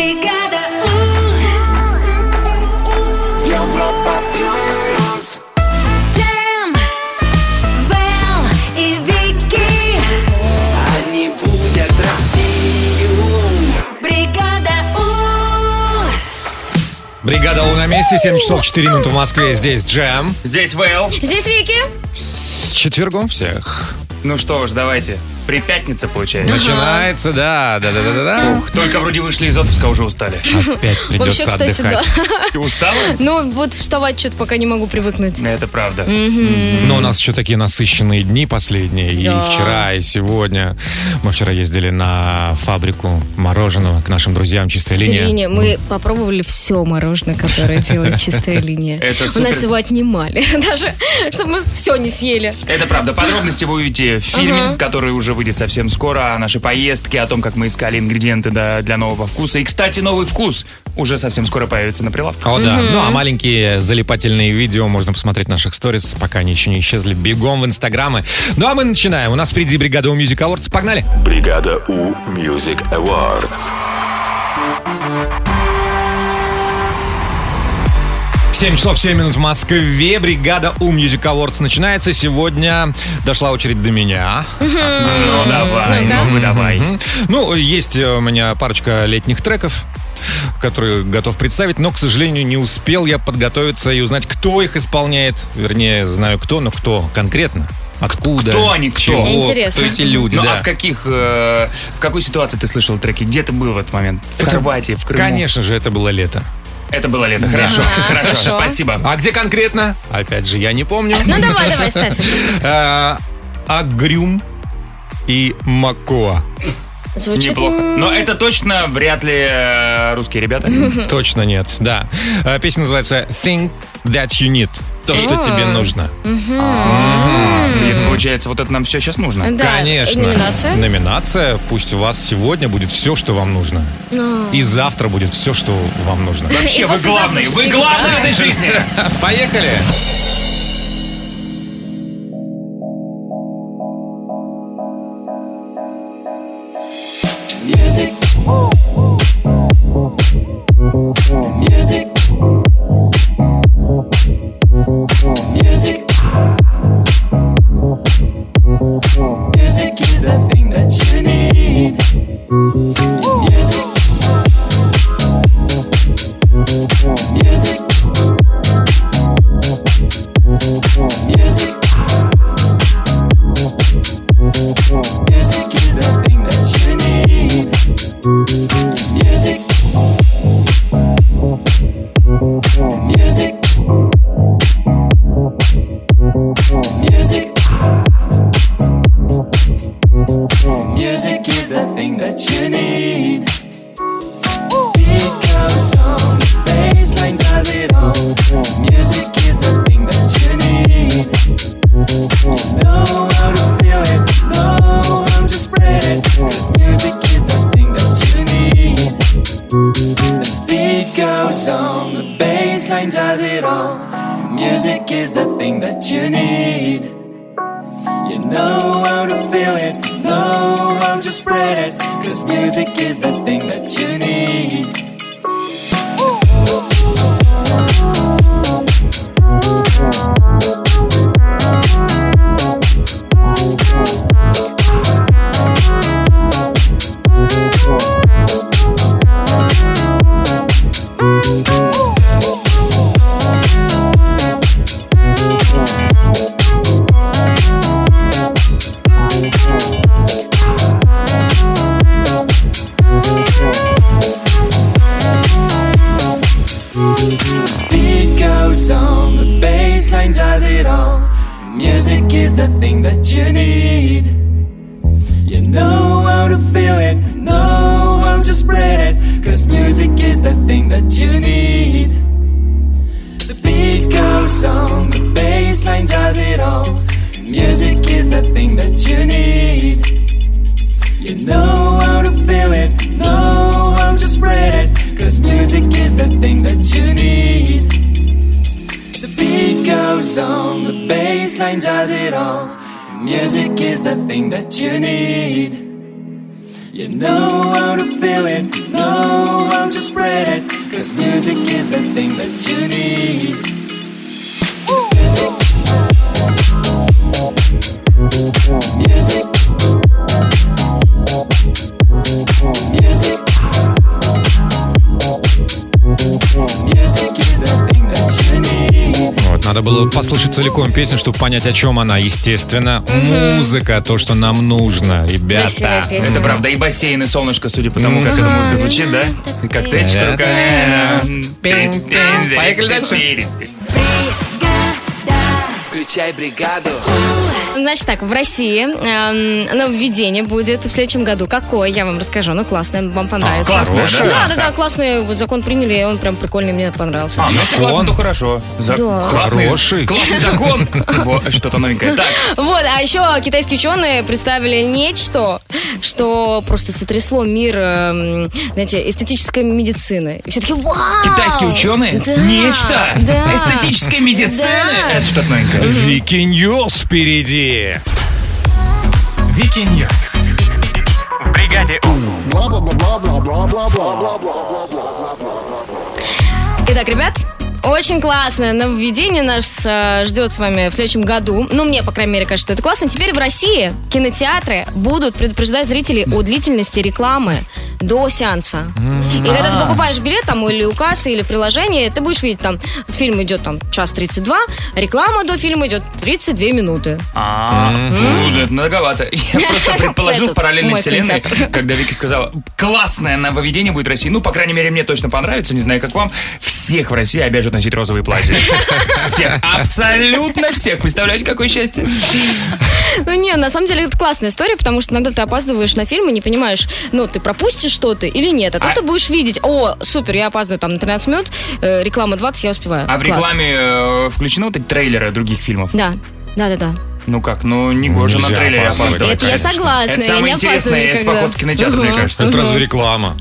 Бригада У. Европа плюс. Тем, Вэл и Вики. Они будят Россию. Бригада У. Бригада У на месте, 7 часов 4 минуты в Москве. Здесь Джем. Здесь Вэлл. Здесь Вики. С четвергом всех. Ну что ж, давайте. При пятнице получается. Начинается, да, да, да, да, да. Ух, только вроде вышли из отпуска, а уже устали. Опять придется Вообще, кстати, отдыхать. Ты устала? Ну, вот вставать что-то пока не могу привыкнуть. Это правда. Но у нас еще такие насыщенные дни последние. Да. И вчера, и сегодня. Мы вчера ездили на фабрику мороженого к нашим друзьям «Чистая Чистая линия». Ну. линия. Мы попробовали все мороженое, которое делает чистая линия. Это У супер. нас его отнимали. Даже, чтобы мы все не съели. Это правда. Подробности вы увидите в фильме, Ага. который уже выйдет совсем скоро, о нашей поездке, о том, как мы искали ингредиенты да, для нового вкуса. И, кстати, новый вкус уже совсем скоро появится на прилавках. О, да. Ну, а маленькие залипательные видео можно посмотреть в наших сторис, пока они еще не исчезли. Бегом в инстаграмы. Ну, а мы начинаем. У нас впереди бригада у Music Awards. Погнали! Бригада У Music Awards. 7 часов 7 минут в Москве. Бригада У Music Awards начинается. Сегодня дошла очередь до меня. Ну, давай, ну-ка. ну, давай. Мгм. Ну, есть э, у меня парочка летних треков которые готов представить, но, к сожалению, не успел я подготовиться и узнать, кто их исполняет. Вернее, знаю кто, но кто конкретно. Откуда? Кто они, кто? чего, Интересно. Кто эти люди, Ну, да. а в каких, э, в какой ситуации ты слышал треки? Где ты был в этот момент? В Это- Хорватии, в Крыму? Конечно же, это было лето. Это было лето. Хорошо, хорошо, хорошо. спасибо. А где конкретно? Опять же, я не помню. Ну, давай, давай, ставь. Э, Агрюм и Макоа. Звучит Неплохо. Но это точно вряд ли э, русские ребята. Точно нет, да. Э, Песня называется Think That You Need. То, что тебе нужно. А, И это получается, вот это нам все сейчас нужно. Да, Конечно. номинация. Номинация. Пусть у вас сегодня будет все, что вам нужно. Ну. И завтра будет все, что вам нужно. Вообще, И вы послезавтра главный, вы всегда. главный в этой жизни. Поехали! Music is the thing that you need. Music. Music. Music. Music is the thing that you need. Music. Music. Music. Music is the thing that you need. Beat goes on, bassline does it all. Music is the thing that you need. You know how to feel it, know how to spread it. 'Cause music is the thing that you need. The beat goes on, the bassline does it all. Music is the thing that you need. You know how to feel it, know how to spread it. Cause music is the thing that you need. Beat goes on, the bass line does it all. Music is the thing that you need. You know how to feel it, know how to spread it. Cause music is the thing that you need. The beat goes on, the bass line does it all. Music is the thing that you need. You know how to feel it, know how to spread it. Cause music is the thing that you need. The beat goes on, the bass line does it all. Music is the thing that you need. You know how to feel it, know how to Cause music is the thing that you need. Music. Music. Music. Music is the thing that you need. Вот, надо было послушать целиком песню, чтобы понять, о чем она. Естественно, музыка, то, что нам нужно, Красивая ребята. песня. Это правда. И бассейн, и солнышко, судя по тому, как эта музыка звучит, да? И Коктейльчик руками. Поехали дальше. Бригада Включай бригаду. Значит так, в России эм, нововведение будет в следующем году. Какое, я вам расскажу. Ну, классное, вам понравится. А, классное, да? Да, да, да, классный вот закон приняли, и он прям прикольный, мне понравился. А, ну если классно, то хорошо. За- Да. классный- Хороший. Классный закон. Вот, Что-то новенькое. Так, Вот, а еще китайские ученые представили нечто, что просто сотрясло мир, эм, знаете, эстетической медицины. И все таки вау! китайские ученые? Да, Нечто. да. Эстетической медицины. Да. Это что-то новенькое. Вики Ньюс впереди. Вики Ньюс. В бригаде У. Итак, ребят, очень классное нововведение нас э, ждет с вами в следующем году. Ну, мне, по крайней мере, кажется, что это классно. Теперь в России кинотеатры будут предупреждать зрителей о длительности рекламы до сеанса. И когда ты покупаешь билет там или у кассы, или в приложении, ты будешь видеть там, фильм идет там час 32, реклама до фильма идет 32 минуты. А, ну, да, это многовато. Я просто предположил в Этот, параллельной мой вселенной, кинотеатр. когда Вики сказала, классное нововведение будет в России. Ну, по крайней мере, мне точно понравится, не знаю, как вам. Всех в России обяжут носить розовые платья. Всех, абсолютно всех. Представляете, какое счастье? Ну не, на самом деле это классная история, потому что иногда ты опаздываешь на фильм и не понимаешь, ну, ты пропустишь что-то или нет. А, А- тут ты будешь видеть, о, супер, я опаздываю там на 13 минут, э, реклама 20, я успеваю. А в Класс. рекламе э, включены вот эти трейлеры других фильмов? Да, да-да-да. Ну как, ну не гоже на Нельзя трейлере опаздывать, опаздывать. Это я конечно. согласна, Это я не самое опаздываю интересное из никогда. покупки кинотеатра, мне Мгм. кажется. Это Мгм. разве реклама?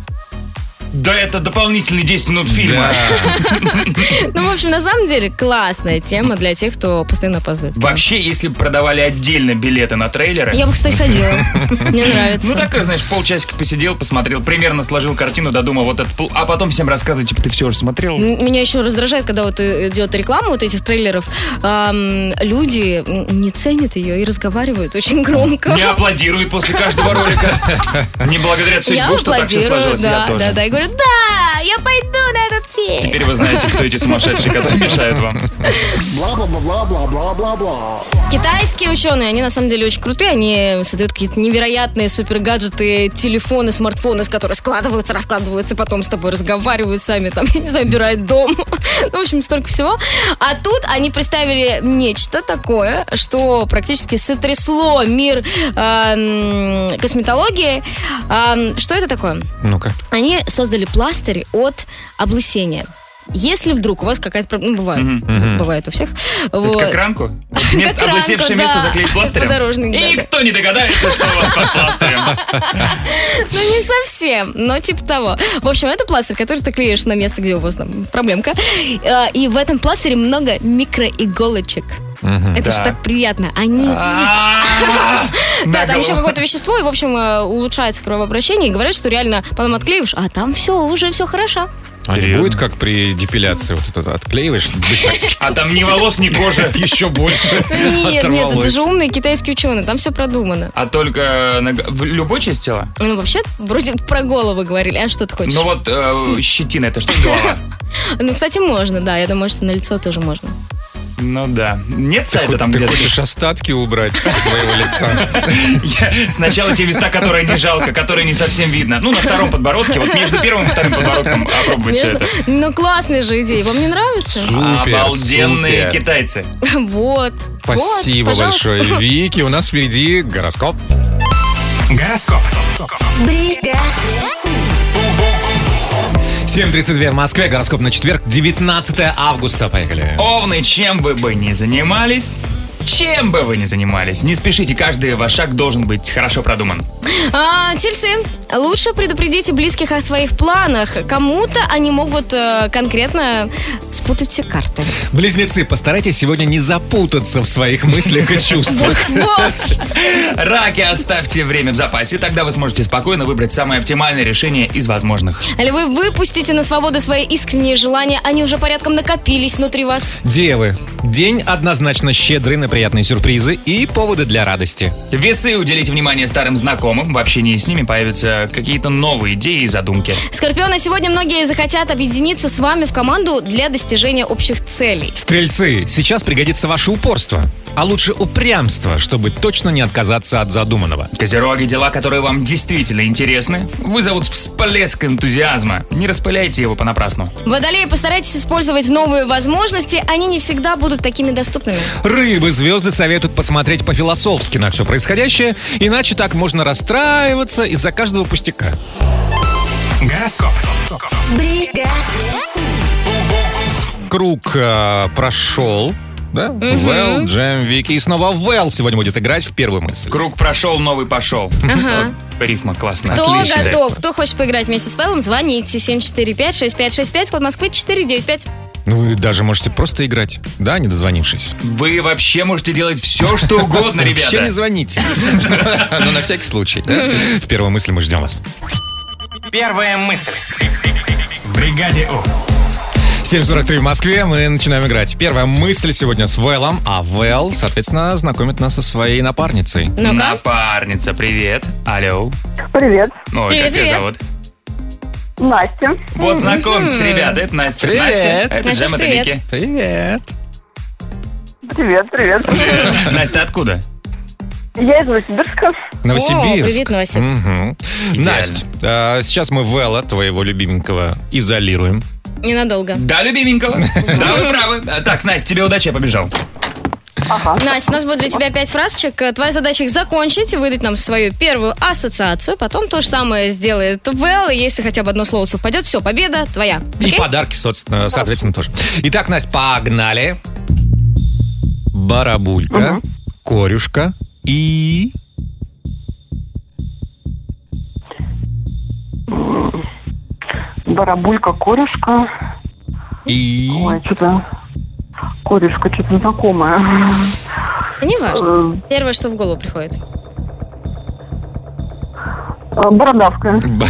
Да это дополнительные 10 минут фильма. Ну, в общем, на самом деле классная тема для тех, кто постоянно опаздывает. Вообще, если бы продавали отдельно билеты на трейлеры, Я бы, кстати, ходила. Мне нравится. Ну, такой, знаешь, полчасика посидел, посмотрел, примерно сложил картину, додумал вот этот пол... А потом всем рассказывай, типа, ты все уже смотрел? М- Меня еще раздражает, когда вот и- идет реклама вот этих трейлеров. ам, люди м, не ценят ее и разговаривают очень громко. Не аплодируют после каждого ролика. Не благодарят судьбу, что так все сложилось. Я да, да, да. тоже. И говорю, да, я пойду на этот фильм. Теперь вы знаете, кто эти сумасшедшие, которые мешают вам. Китайские ученые, они на самом деле очень крутые. Они создают какие-то невероятные супер-гаджеты, телефоны, смартфоны, с которых складываются, раскладываются, потом с тобой разговаривают сами, там, я не знаю, убирают дом. Ну, в общем, столько всего. А тут они представили нечто такое, что практически сотрясло мир эм, косметологии. Эм, что это такое? Ну-ка. Они создали пластырь от облысения. Если вдруг у вас какая-то проблема, ну, бывает, бывает у всех. Это вот. как ранку? Место, а ранку, облысевшее место да. заклеить пластырем? Подорожник, да, да. И никто не догадается, что у вас под пластырем. Ну, не совсем, но типа того. В общем, это пластырь, который ты клеишь на место, где у вас там проблемка. Э, И в этом пластыре много микроиголочек. Это же Да. А, так приятно. Они... А-а-а! Да, На там еще голову. какое-то вещество, и, в общем, э, улучшается кровообращение. И говорят, что реально потом отклеиваешь, а там все, уже все хорошо. А не будет как при депиляции? Вот это отклеиваешь, А там ни волос, ни кожи. еще больше Нет, нет, это оторвалось. же умные китайские ученые, там все продумано. А только на г- в любой части тела? Ну, вообще, вроде про голову говорили, а что ты хочешь? Ну вот э, щетина, это что, голова? Ну, кстати, можно, да, я думаю, что на лицо тоже можно. Ну да. Нет сайта Ты там ты где-то? хочешь остатки убрать со своего лица? Я- Сначала те места, которые не жалко, которые не совсем видно. Ну, на втором подбородке, вот между первым и вторым подбородком опробовать все Между- это. Ну, классные же идеи, вам не нравится? Супер, Обалденные супер. китайцы. Вот. Спасибо вот, пожалуйста. большое, Вики. У нас впереди гороскоп. Гороскоп. 7.32 в Москве, гороскоп на четверг, 19 августа. Поехали. Овны, чем вы бы ни занимались, Чем бы вы ни занимались, не спешите, каждый ваш шаг должен быть хорошо продуман. А, тельцы, лучше предупредите близких о своих планах. Кому-то они могут э, конкретно спутать все карты. Близнецы, постарайтесь сегодня не запутаться в своих мыслях и чувствах. Вот-вот. Раки, оставьте время в запасе, тогда вы сможете спокойно выбрать самое оптимальное решение из возможных. Львы, выпустите на свободу свои искренние желания. Они уже порядком накопились внутри вас. Девы, день однозначно щедрый на приятные сюрпризы и поводы для радости. Весы, уделите внимание старым знакомым, в общении с ними появятся какие-то новые идеи и задумки. Скорпионы, сегодня многие захотят объединиться с вами в команду для достижения общих целей. Стрельцы, сейчас пригодится ваше упорство, а лучше упрямство, чтобы точно не отказаться от задуманного. Козероги, дела, которые вам действительно интересны, вызовут всплеск энтузиазма. Не распыляйте его понапрасну. Водолеи, постарайтесь использовать новые возможности. Они не всегда будут такими доступными. Рыбы, звезды советуют посмотреть по-философски на все происходящее, иначе так можно расстраиваться из-за каждого пустяка. Гороскоп. Круг э, прошел, да? Вэл, Джем, Вики. И снова Вэл сегодня будет играть в первую мысль. Круг прошел, новый пошел. Ну, Вот Рифма классная. Кто Отлично. готов? Кто хочет поиграть вместе с Вэллом, звоните 745-6565, код Москвы 495. Ну, Вы даже можете просто играть, да, не дозвонившись. Вы вообще можете делать все, что Вообще угодно, не ребята. звоните. Ну, на всякий случай, да? В первую мысль мы ждем вас. Первая мысль. В бригаде У. 7.43 в Москве, мы начинаем играть. Первая мысль сегодня с Вэлом, а Вэл, соответственно, знакомит нас со своей напарницей. Ну-ка. Напарница, привет. Алло. Привет, Ой, Привет, как тебя привет. зовут? Настя. Вот знакомьтесь, ребята, это Настя. Привет. Настя, это Настюш, Джем, это привет. Вики. Привет. Привет, привет. Настя, ты откуда? Я из Новосибирска. Новосибирск. О, привет, Новосиб. Мгм. Идеально. Настя, а, сейчас мы Вэлла, твоего любименького, изолируем. Ненадолго. Да, любименького. Да, вы правы. А, Так, Настя, тебе удачи, я побежал. Настя, у нас будет для тебя пять фразочек. Э, Твоя задача их закончить и выдать нам свою первую ассоциацию. Потом то же самое сделает Вэл. И если хотя бы одно слово совпадет, все, победа твоя. И Окей? подарки, соответственно, соответственно, тоже. Итак, Настя, погнали. Барабулька, корюшка и... Барабулька, корешка. И... Ой, что-то... Корешка, что-то знакомое. Не важно. Э, Первое, что в голову приходит. э, Бородавка. Б-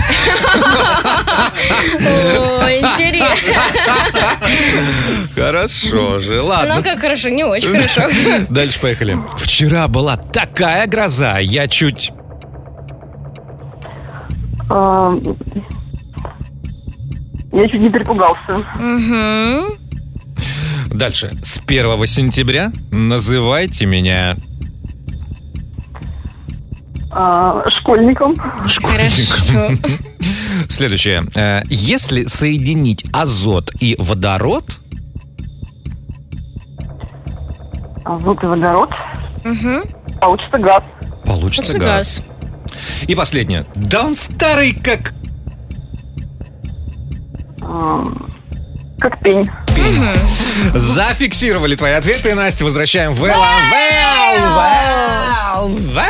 Ой, интересно. Хорошо же, Ну, ладно. как хорошо, не очень хорошо. Дальше поехали. Вчера была такая гроза, я чуть... Э, Я чуть не перепугался. Мгм. Дальше. С 1 сентября называйте меня Э, Школьником. Хорошо. Следующее. Э, Если соединить азот и водород, Азот и водород. Мгм. Получится А, газ. получится Получится газ. И последнее. Да он старый как... Э, Как пень. Зафиксировали твои ответы, Настя. Возвращаем Вэлла. Вэлл! Вэлл! Вэлл!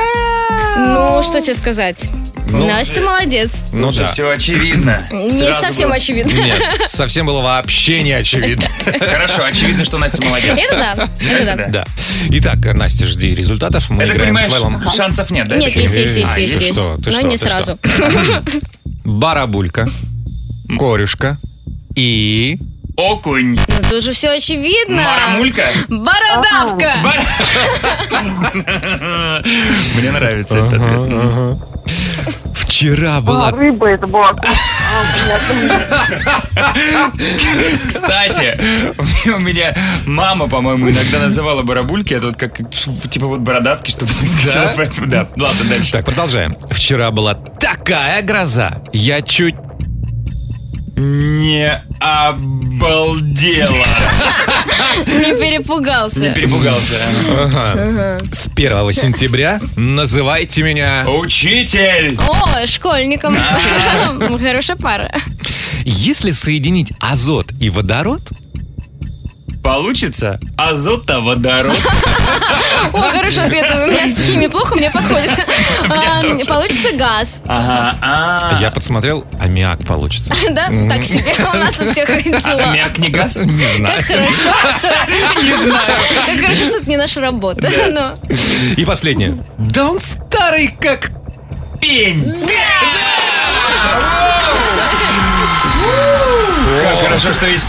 Ну, что тебе сказать? Ну, Настя молодец. Ну да. Все очевидно. Не Сразу совсем было- очевидно. Нет, совсем было вообще не очевидно. Хорошо, очевидно, что Настя молодец. Это да, это да. Да. Итак, Настя, жди результатов. Мы Это, ты играем с Вэллом. понимаешь, шансов нет, да? Нет, таких? есть, есть, есть, А, есть, есть есть. что? Ты Но что, не ты сразу. Барабулька, корюшка и... Окунь. Ну, Тут же все очевидно. Марамулька. Бородавка. Мне нравится этот ответ. Вчера А, была Рыба это была. А, понятно. Кстати, у меня мама, по-моему, иногда называла барабульки, а тут как типа вот бородавки что-то сказала, поэтому да. Ладно, дальше. Так, продолжаем. Вчера была такая гроза. Я чуть... Не обалдела. Не перепугался. Не перепугался. Ага. С 1 сентября называйте меня... Учитель! О, школьником. Хорошая пара. Если соединить азот и водород... Получится азотоводород. О, хороший ответ. У меня с химией плохо, мне подходит. А, тоже. Получится газ. Ага, а. Я подсмотрел, аммиак получится. Да? Так себе у нас у А всех дела. Аммиак не газ? Не знаю. Как хорошо, что... Не знаю. Как хорошо, что это не наша работа. Но И последнее. Да он старый как... Пень. Как хорошо, что есть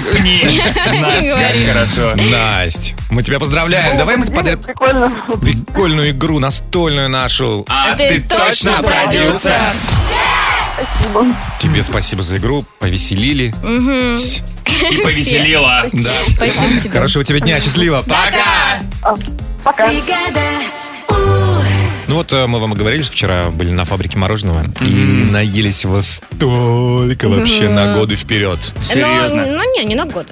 пни. Настя, как Ну, говори. хорошо. Настя, мы тебя поздравляем. Давай мы подряд Прикольно. прикольную игру, настольную нашу. А ты точно продюсер. А, Тебе спасибо за игру, повеселили. Тсь. И повеселила. Да. спасибо тебе. Хорошего тебе дня, счастливо. Пока. Пока. Бригада У. Ну вот э, мы вам и говорили, что вчера были на фабрике мороженого и наелись его столько вообще на годы вперед. Но, Серьезно. но не, не Ну, на год.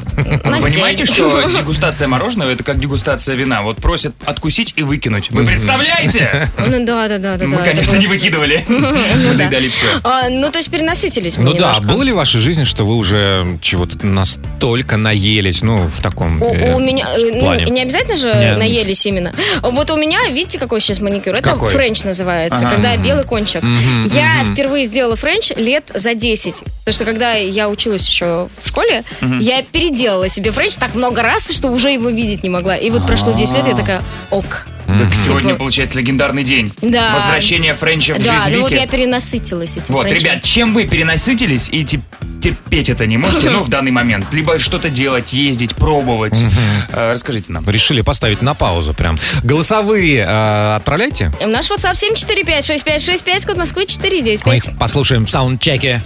На Вы понимаете, день. что дегустация мороженого это как дегустация вина. Вот просят откусить и выкинуть. Вы представляете? Ну да, да, да, да. Мы, да, конечно, это Ну не было- выкидывали. Мы доедали все. А, ну, то есть переносителись мы Ну да, немножко. было ли в вашей жизни, что вы уже чего-то настолько наелись, ну, в таком У, э, у меня, э, ну, плане? не обязательно же Не. наелись именно. Вот у меня, видите, какой сейчас маникюр? Это Какой? френч называется, Ага. когда белый кончик. Мгм, Я мгм. впервые сделала френч лет за 10. Потому что когда я училась еще в школе, я переделала себе френч так много раз, что уже его видеть не могла. И вот прошло 10 лет, и я такая, ок. Так сегодня Типа- получается легендарный день. Да. Возвращение Френча в Да, жизнь ну вот Вики. я перенасытилась этим Вот, френчем. ребят, чем вы перенасытились и теп- терпеть это не можете, ну, в данный момент. Либо что-то делать, ездить, пробовать. Э, Расскажите нам. Решили поставить на паузу прям. Голосовые э, отправляйте. В Наш WhatsApp 745-6565, код Москвы Мы 495. их послушаем в саундчеке.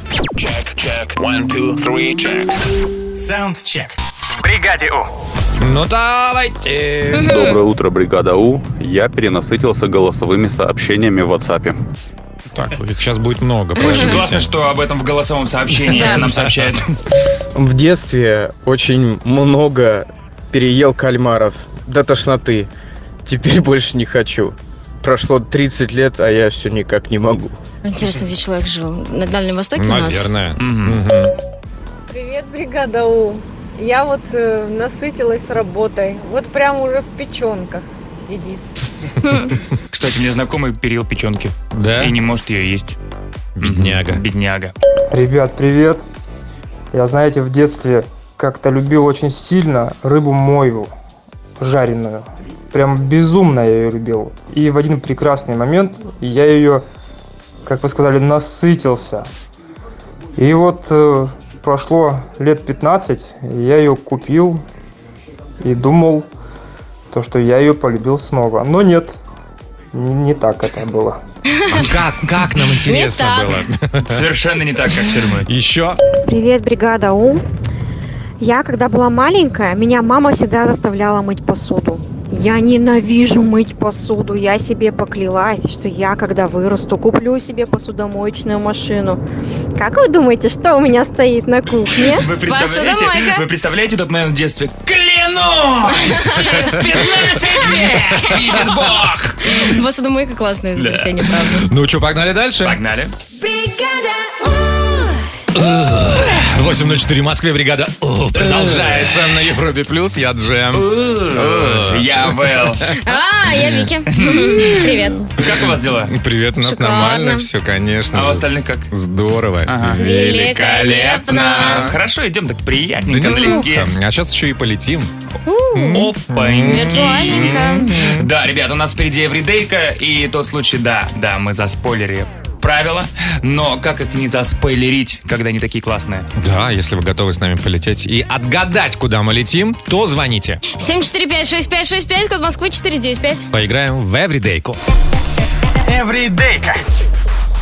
Саундчек. В бригаде У. Ну давайте. Доброе утро, бригада У. Я перенасытился голосовыми сообщениями в WhatsApp. Так, их сейчас будет много. Очень поверьте. классно, что об этом в голосовом сообщении Да. нам сообщают. В детстве очень много переел кальмаров до тошноты. Теперь больше не хочу. Прошло 30 лет, а я все никак не могу. Интересно, где человек жил? На Дальнем Востоке у нас? Наверное. Мгм. Мгм. Привет, бригада У. Я вот э, насытилась работой. Вот прям уже в печенках сидит. Кстати, мне знакомый переел печенки. Да? И не может ее есть. Бедняга. Бедняга. Ребят, привет. Я, знаете, в детстве как-то любил очень сильно рыбу мойву жареную. Прям безумно я ее любил. И в один прекрасный момент я ее, как вы сказали, насытился. И вот э, прошло лет 15, я ее купил и думал, то, что я ее полюбил снова. Но нет, не- не так это было. А как, как нам интересно так. было? Совершенно не так, как все думают. Еще? Привет, бригада У. Я, когда была маленькая, меня мама всегда заставляла мыть посуду. Я ненавижу мыть посуду. Я себе поклялась, что я, когда вырасту, куплю себе посудомоечную машину. Как вы думаете, что у меня стоит на кухне? Вы представляете, Посудомойка. вы представляете тот момент в детстве? Клянусь, через 15 лет видит Бог. Посудомойка классное изобретение, правда. Ну что, погнали дальше? Погнали. Бригада У. 8.04 в Москве, бригада О, продолжается на Европе Плюс. Я Джем. Я Вэл. А, я Вики. Привет. Как у вас дела? Привет, у нас Шикарно. нормально все, конечно. А у же. остальных как? Здорово. Ага. Великолепно. Хорошо, идем так Да приятненько налегке. неплохо. А сейчас еще и полетим. Виртуальненько. Да, ребят, у нас впереди эвридейка, и тот случай, да, да, мы заспойлерили правила, но как их не заспойлерить, когда они такие классные? Да, если вы готовы с нами полететь и отгадать, куда мы летим, то звоните. 745-6565, код Москвы 495. Поиграем в Эвридейку. Эвридейка.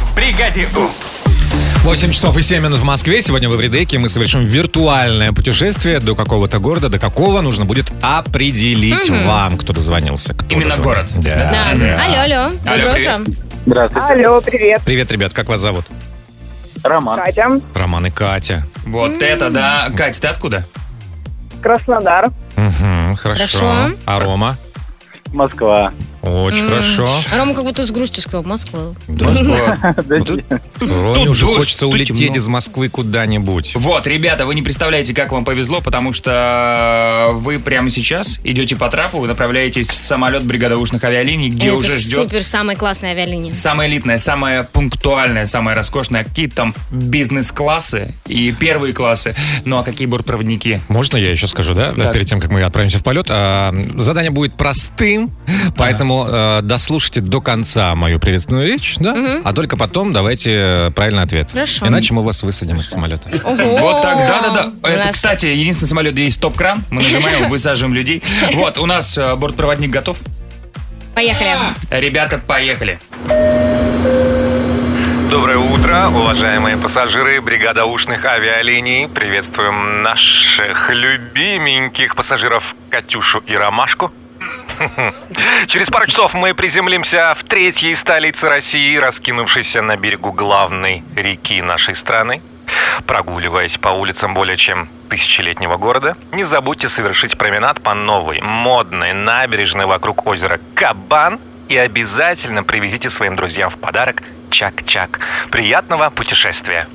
В бригаде У. 8 часов и 7 минут в Москве. Сегодня в Эвридейке мы совершим виртуальное путешествие до какого-то города, до какого нужно будет определить вам, кто дозвонился. кто Именно город. дозвонился. Да. Да. Алло, алло. Доброе привет. утро. Здравствуйте, Алло, привет, Привет, ребят, как вас зовут? Роман. Катя. Роман и Катя. Вот это да. Кать, ты откуда? Краснодар. Мгм, хорошо. Хорошо. А Рома? Москва. Очень М. хорошо. А Рома как будто с грустью сказал, Москва. Роме Тут уже дождь, хочется тут улететь темно. из Москвы куда-нибудь. Вот, ребята, вы не представляете, как вам повезло, потому что вы прямо сейчас идете по трапу, вы направляетесь в самолет бригадоушных авиалиний, где Это уже ждет супер, самая классная авиалиния. самая элитная, самая пунктуальная, самая роскошная. Какие там бизнес-классы и первые классы. Ну а какие бортпроводники? Можно я еще скажу, да? Так. Перед тем, как мы отправимся в полет. А, задание будет простым, поэтому э, дослушайте до конца мою приветственную речь, да? А только потом давайте э, правильный ответ. Хорошо. Иначе мы вас высадим из самолета. Ого! Вот так, да-да-да. Это, Раз. кстати, единственный самолет, где есть топ-кран. Мы нажимаем, высаживаем людей. Вот, у нас э, бортпроводник готов. Поехали. Ребята, поехали. Доброе утро, уважаемые пассажиры бригада ушных авиалиний. Приветствуем наших любименьких пассажиров Катюшу и Ромашку. Через пару часов мы приземлимся в третьей столице России, раскинувшейся на берегу главной реки нашей страны. Прогуливаясь по улицам более чем тысячелетнего города, не забудьте совершить променад по новой, модной набережной вокруг озера Кабан и обязательно привезите своим друзьям в подарок чак-чак. Приятного путешествия!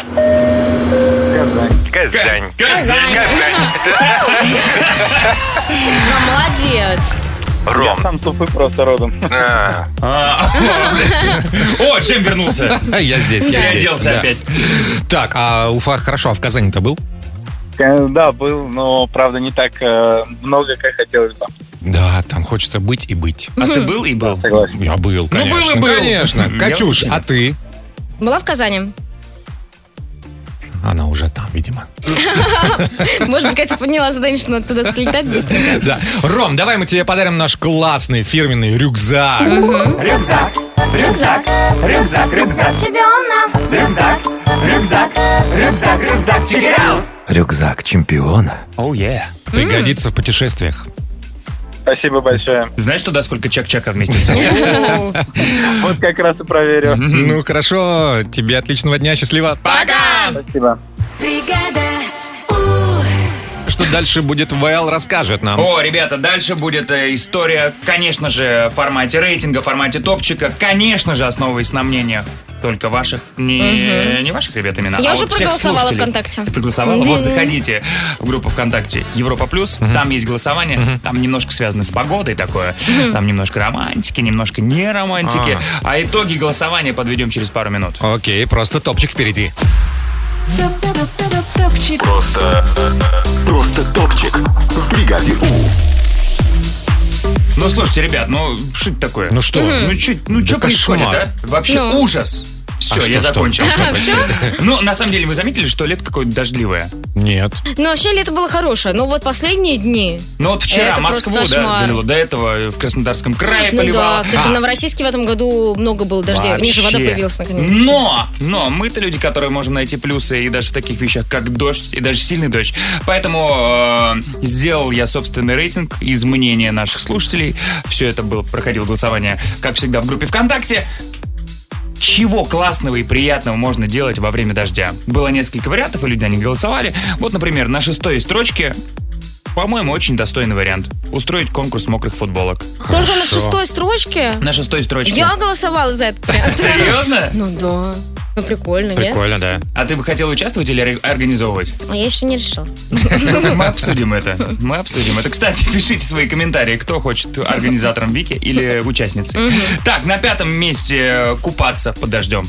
Казань. Казань. Ну, молодец. Ром. Я сам Туфы просто родом. О, чем вернулся? Э, Я здесь, я здесь. Переоделся да. опять. Так, а Уфа хорошо, а в Казани-то был? Э, Да, был, но, правда, не так э, много, как хотелось бы. Да, там хочется быть и быть. А ты был и был? Я Ну, был, конечно. был и был. Конечно. Я Катюш, а ты? Была в Казани? Она уже там, видимо. Может быть, Катя поняла задание, что надо туда слетать быстренько. Да. Ром, давай мы тебе подарим наш классный фирменный рюкзак. Рюкзак, рюкзак, рюкзак, рюкзак чемпиона. Рюкзак, рюкзак, рюкзак, рюкзак чемпиона. Рюкзак чемпиона. Оу, Пригодится в путешествиях. Спасибо большое. Знаешь, туда сколько чак-чаков вместится? Вот как раз и проверю. Ну, хорошо. Тебе отличного дня. Счастливо. Пока! Спасибо. Бригада Что дальше будет, ВЛ расскажет нам. О, ребята, дальше будет э, история, конечно же, в формате рейтинга, в формате топчика, конечно же, основываясь на мнениях только ваших, не, Мгм. не ваших ребят именно, Я а уже вот всех проголосовала слушателей. ВКонтакте. Ты проголосовала? Да. Вот, заходите в группу ВКонтакте Европа Плюс, там есть голосование, там немножко связано с погодой такое, там немножко романтики, немножко не романтики, а итоги голосования подведем через пару минут. Окей, просто топчик впереди. Топчик. Просто... Просто топчик в бригаде У. Ну, слушайте, ребят, ну, что это такое? Ну что? Ну, чё- ну, Да что происходит, а? кошмар. Вообще Ну. ужас. Все, А что, я что? закончил. А, Что всё? происходит? Ну, на самом деле, вы заметили, что лето какое-то дождливое? Нет. Ну, вообще лето было хорошее. Но вот последние дни... Ну, вот вчера Это Москву, просто да, кошмар. залило. До этого в Краснодарском крае Ну поливало. да, кстати, А, в Новороссийске в этом году много было дождей. Ниже вода вообще. появилась наконец. Но, но мы-то люди, которые можем найти плюсы и даже в таких вещах, как дождь, и даже сильный дождь. Поэтому э, сделал я собственный рейтинг из мнения наших слушателей. Все это было, проходило голосование, как всегда, в группе ВКонтакте. Чего классного и приятного можно делать во время дождя? Было несколько вариантов, и люди они голосовали. Вот, например, на шестой строчке, по-моему, очень достойный вариант. Устроить конкурс мокрых футболок. Только на шестой строчке На шестой строчке. я голосовала за это. прям. Серьезно? Ну да. Ну прикольно, нет? да. А ты бы хотел участвовать или ре- организовывать? А я еще не решила. Мы обсудим это. Мы обсудим это. Кстати, пишите свои комментарии, кто хочет организатором Вики или участницей. Так, на пятом месте купаться под дождем.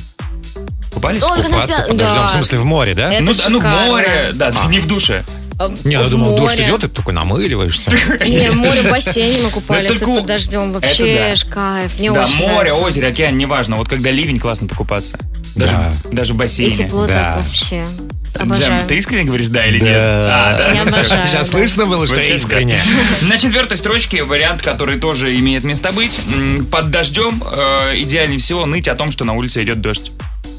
Купались? Только на Купаться пя- под дождем, ну, да. в смысле, в море, да? Это ну, да, ну, в шикарно. море, да, не в душе. А Не, я ну, в думал, дождь море. идет, и ты такой намыливаешься. Не, море, в бассейне мы Ну, купались это ку- под дождем. это Вообще да. ж кайф. Мне да, очень море, нравится. озеро, океан, неважно. Вот когда ливень, классно покупаться. Даже, даже в бассейне. И тепло да. так вообще. Джем, Обожаю. ты искренне говоришь да или нет? А, Да. Я обожаю, Сейчас да. слышно было, что я Вообще, да. искренне? На четвертой строчке вариант, который тоже имеет место быть. М, Под дождем э, идеальнее всего ныть о том, что на улице идет дождь.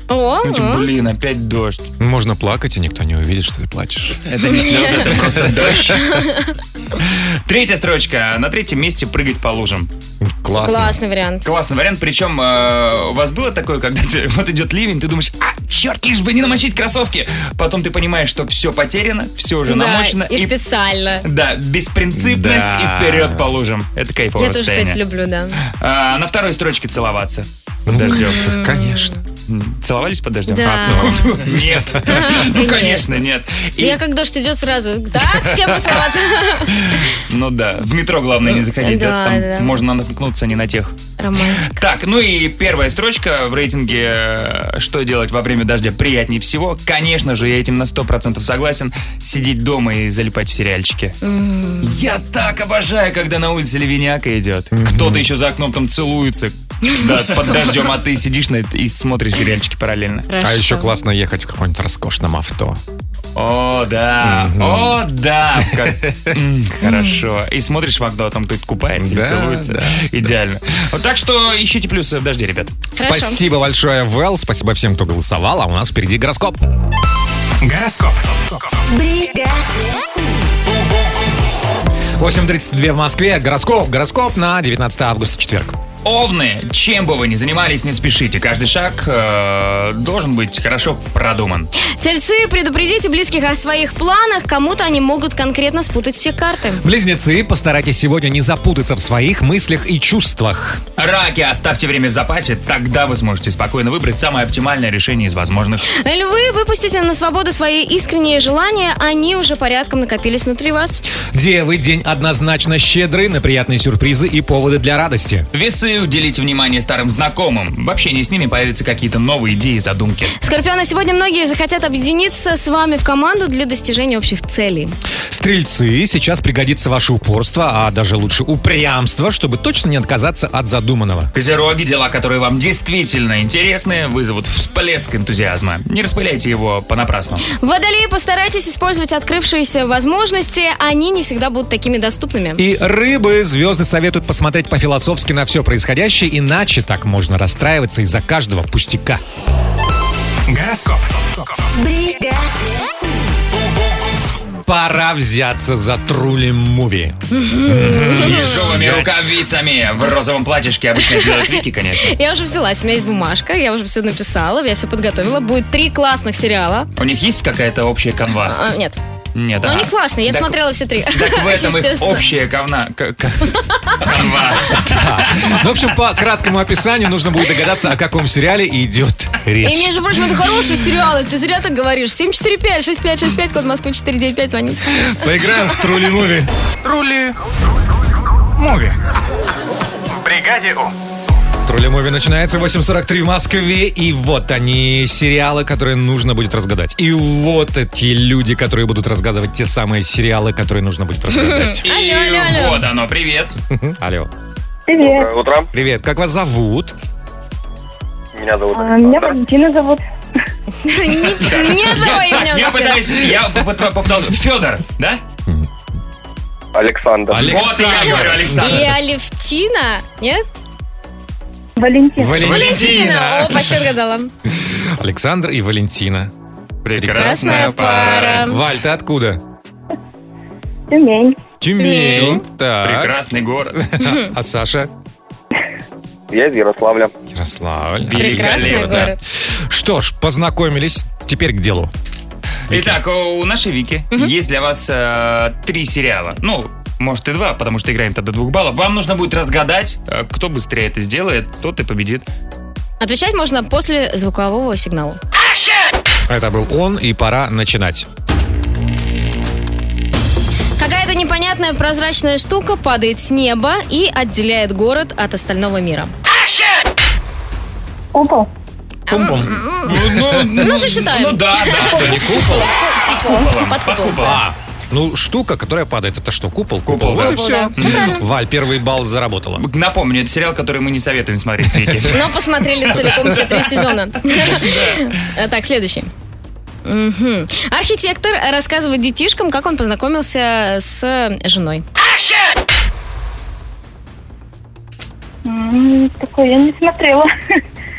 О, Ну, типа, о. блин, опять дождь. Можно плакать, и никто не увидит, что ты плачешь. Это не слезы, это просто дождь. Третья строчка. На третьем месте прыгать по лужам. Классный вариант. Классный вариант. Причем э, у вас было такое, когда ты, вот идет ливень, ты думаешь, а, черт, лишь бы не намочить кроссовки. Потом ты понимаешь, что все потеряно, все уже Да, намочено. и специально. Да, беспринципность Да. и вперед по лужам. Это кайфовое Я тоже, состояние. кстати, люблю, да. А, на второй строчке целоваться. Ну, Под дождем. Конечно. Целовались под дождем? Да. А, ну, Нет. Ну, конечно, нет. И- Я как дождь идет сразу. Так, с кем поцеловаться? Ну да, в метро главное не заходить, да, Ну, Да, там да. можно наткнуться не на тех. Романтика. Так, ну и первая строчка в рейтинге э, «Что делать во время дождя приятнее всего?» Конечно же, я этим на 100% согласен. Сидеть дома и залипать в сериальчики. Я так обожаю, когда на улице ливеняка идет. Кто-то еще за окном там целуется да, под дождем, а ты сидишь на это и смотришь сериальчики параллельно. А еще классно ехать в каком-нибудь роскошном авто. О, да, Мгм. о, да. Как- М, Хорошо. И смотришь в окно, а там кто-то купается или Да, целуется. да, Идеально. Вот Так что ищите плюсы в дожде, ребят. Спасибо большое, Вэл. Спасибо всем, кто голосовал. А у нас впереди гороскоп. Гороскоп. Бригада. 8.32 в Москве. Гороскоп. Гороскоп на 19 августа, четверг. Овны, чем бы вы ни занимались, не спешите. Каждый шаг э, должен быть хорошо продуман. Тельцы, предупредите близких о своих планах, кому-то они могут конкретно спутать все карты. Близнецы, постарайтесь сегодня не запутаться в своих мыслях и чувствах. Раки, оставьте время в запасе, тогда вы сможете спокойно выбрать самое оптимальное решение из возможных. Львы, выпустите на свободу свои искренние желания, они уже порядком накопились внутри вас. Девы, день однозначно щедрый на приятные сюрпризы и поводы для радости. Весы, уделите внимание старым знакомым. В общении с ними появятся какие-то новые идеи и задумки. Скорпионы, сегодня многие захотят объединиться с вами в команду для достижения общих целей. Стрельцы, сейчас пригодится ваше упорство, а даже лучше упрямство, чтобы точно не отказаться от задуманного. Козероги, дела, которые вам действительно интересны, вызовут всплеск энтузиазма. Не распыляйте его понапрасну. Водолеи, постарайтесь использовать открывшиеся возможности, они не всегда будут такими доступными. И рыбы, звезды советуют посмотреть по-философски на все происходящее, иначе так можно расстраиваться из-за каждого пустяка. Гороскоп. Бригада. Пора взяться за трулем муви. И с Взять. жёлтыми рукавицами в розовом платьишке обычно это делают Вики, конечно. Я уже взялась, у меня есть бумажка, я уже все написала, я все подготовила. Будет три классных сериала. У них есть какая-то общая канва? А, нет, Нет, но а. они классные, я Так- смотрела все три. Так в этом их Естественно. общая ковна... к- к- Ну, в общем, по краткому описанию нужно будет догадаться, о каком сериале идет речь. И, между прочим, это хорошие сериалы. Ты зря так говоришь. 745-6565, код Москвы 495, звоните. Поиграем в Трули Муви. Трули. Муви. Бригаде У. Трули Муви начинается в 8.43 в Москве. И вот они, сериалы, которые нужно будет разгадать. И вот эти люди, которые будут разгадывать те самые сериалы, которые нужно будет разгадать. И вот оно, привет. Алло. Привет. Утром. Привет, как вас зовут? Меня зовут Александр. А, Меня Валентина зовут. Ни одного Я- так, имени у Я нас пытаюсь... нет. Я попыт- попытался... Федор, да? Александр. Вот я говорю, Александр. И Алевтина, нет? Валентина. Валентина. Валентина. О, почти отгадала. Александр и Валентина. Прекрасная пара. Валь, ты откуда? Тюмень. Тюмень. Так. Прекрасный город. А Саша? Я из Ярославля. Ярославль. Прекрасный Великолепно. город. Что ж, познакомились. Теперь к делу. Итак, у нашей Вики есть для вас э, три сериала. Ну, может и два, потому что играем-то до двух баллов. Вам нужно будет разгадать, э, кто быстрее это сделает, тот и победит. Отвечать можно после звукового сигнала. Это был он, и пора начинать. Какая-то непонятная прозрачная штука падает с неба и отделяет город от остального мира. Купол. Пум-пум. Ну, Ну, засчитаем. Ну да, да. Что, не купол? Под куполом. Под Под куполом. куполом. А, ну штука, которая падает, это что, купол? Купол, да. вот и Купол, все. да. Всё правильно. Валь, первый балл заработала. А, Напомню, это сериал, который мы не советуем смотреть с Вики. Но посмотрели целиком все три сезона. А, Так, следующий. Мгм. Архитектор рассказывает детишкам, как он познакомился с женой. М, Такой я не смотрела.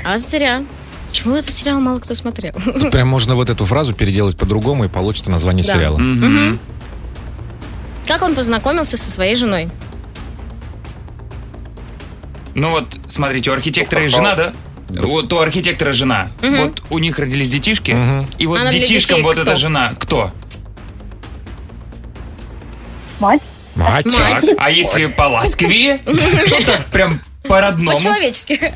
А зря. Почему этот сериал мало кто смотрел? Прям можно вот эту фразу переделать по-другому, и получится название Да. сериала. Как он познакомился со своей женой? Ну вот, смотрите, у архитектора есть жена, да? Вот у архитектора жена. Мгм. Вот у них родились детишки. И вот Она для детишкам детей вот эта кто? жена кто? Мать. Мать. Мать. А если по Ласкове? Ну так прям по-родному. По-человечески.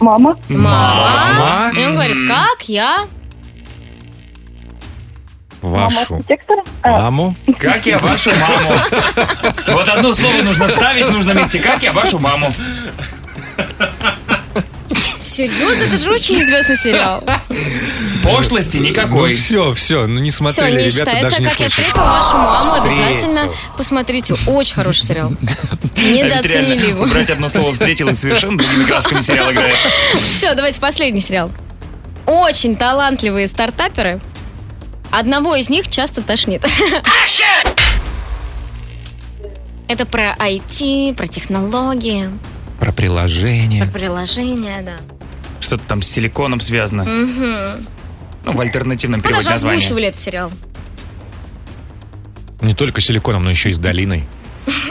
Мама. Мама. И он говорит, как я? Вашу. Архитектор? Маму? Ну, Как я вашу маму? Вот одно слово нужно вставить в нужном месте. Как я вашу маму? Серьезно? Это же очень известный сериал. Пошлости никакой. все, все, ну не Все, смотрели, не ребята, считается. даже не Как я слушали. встретила вашу маму, обязательно Встретил. посмотрите. Очень хороший сериал. Это Недооценили реально. его. Убрать одно слово встретил и совершенно другими красками сериал играет. Все, давайте последний сериал. Очень талантливые стартаперы. Одного из них часто тошнит. Это про IT, про технологии, Про про приложение. приложения, да. Что-то там с силиконом связано. Мгм. Ну, в альтернативном Мы переводе даже названия. озвучивали этот сериал. Не только с силиконом, но еще и с долиной.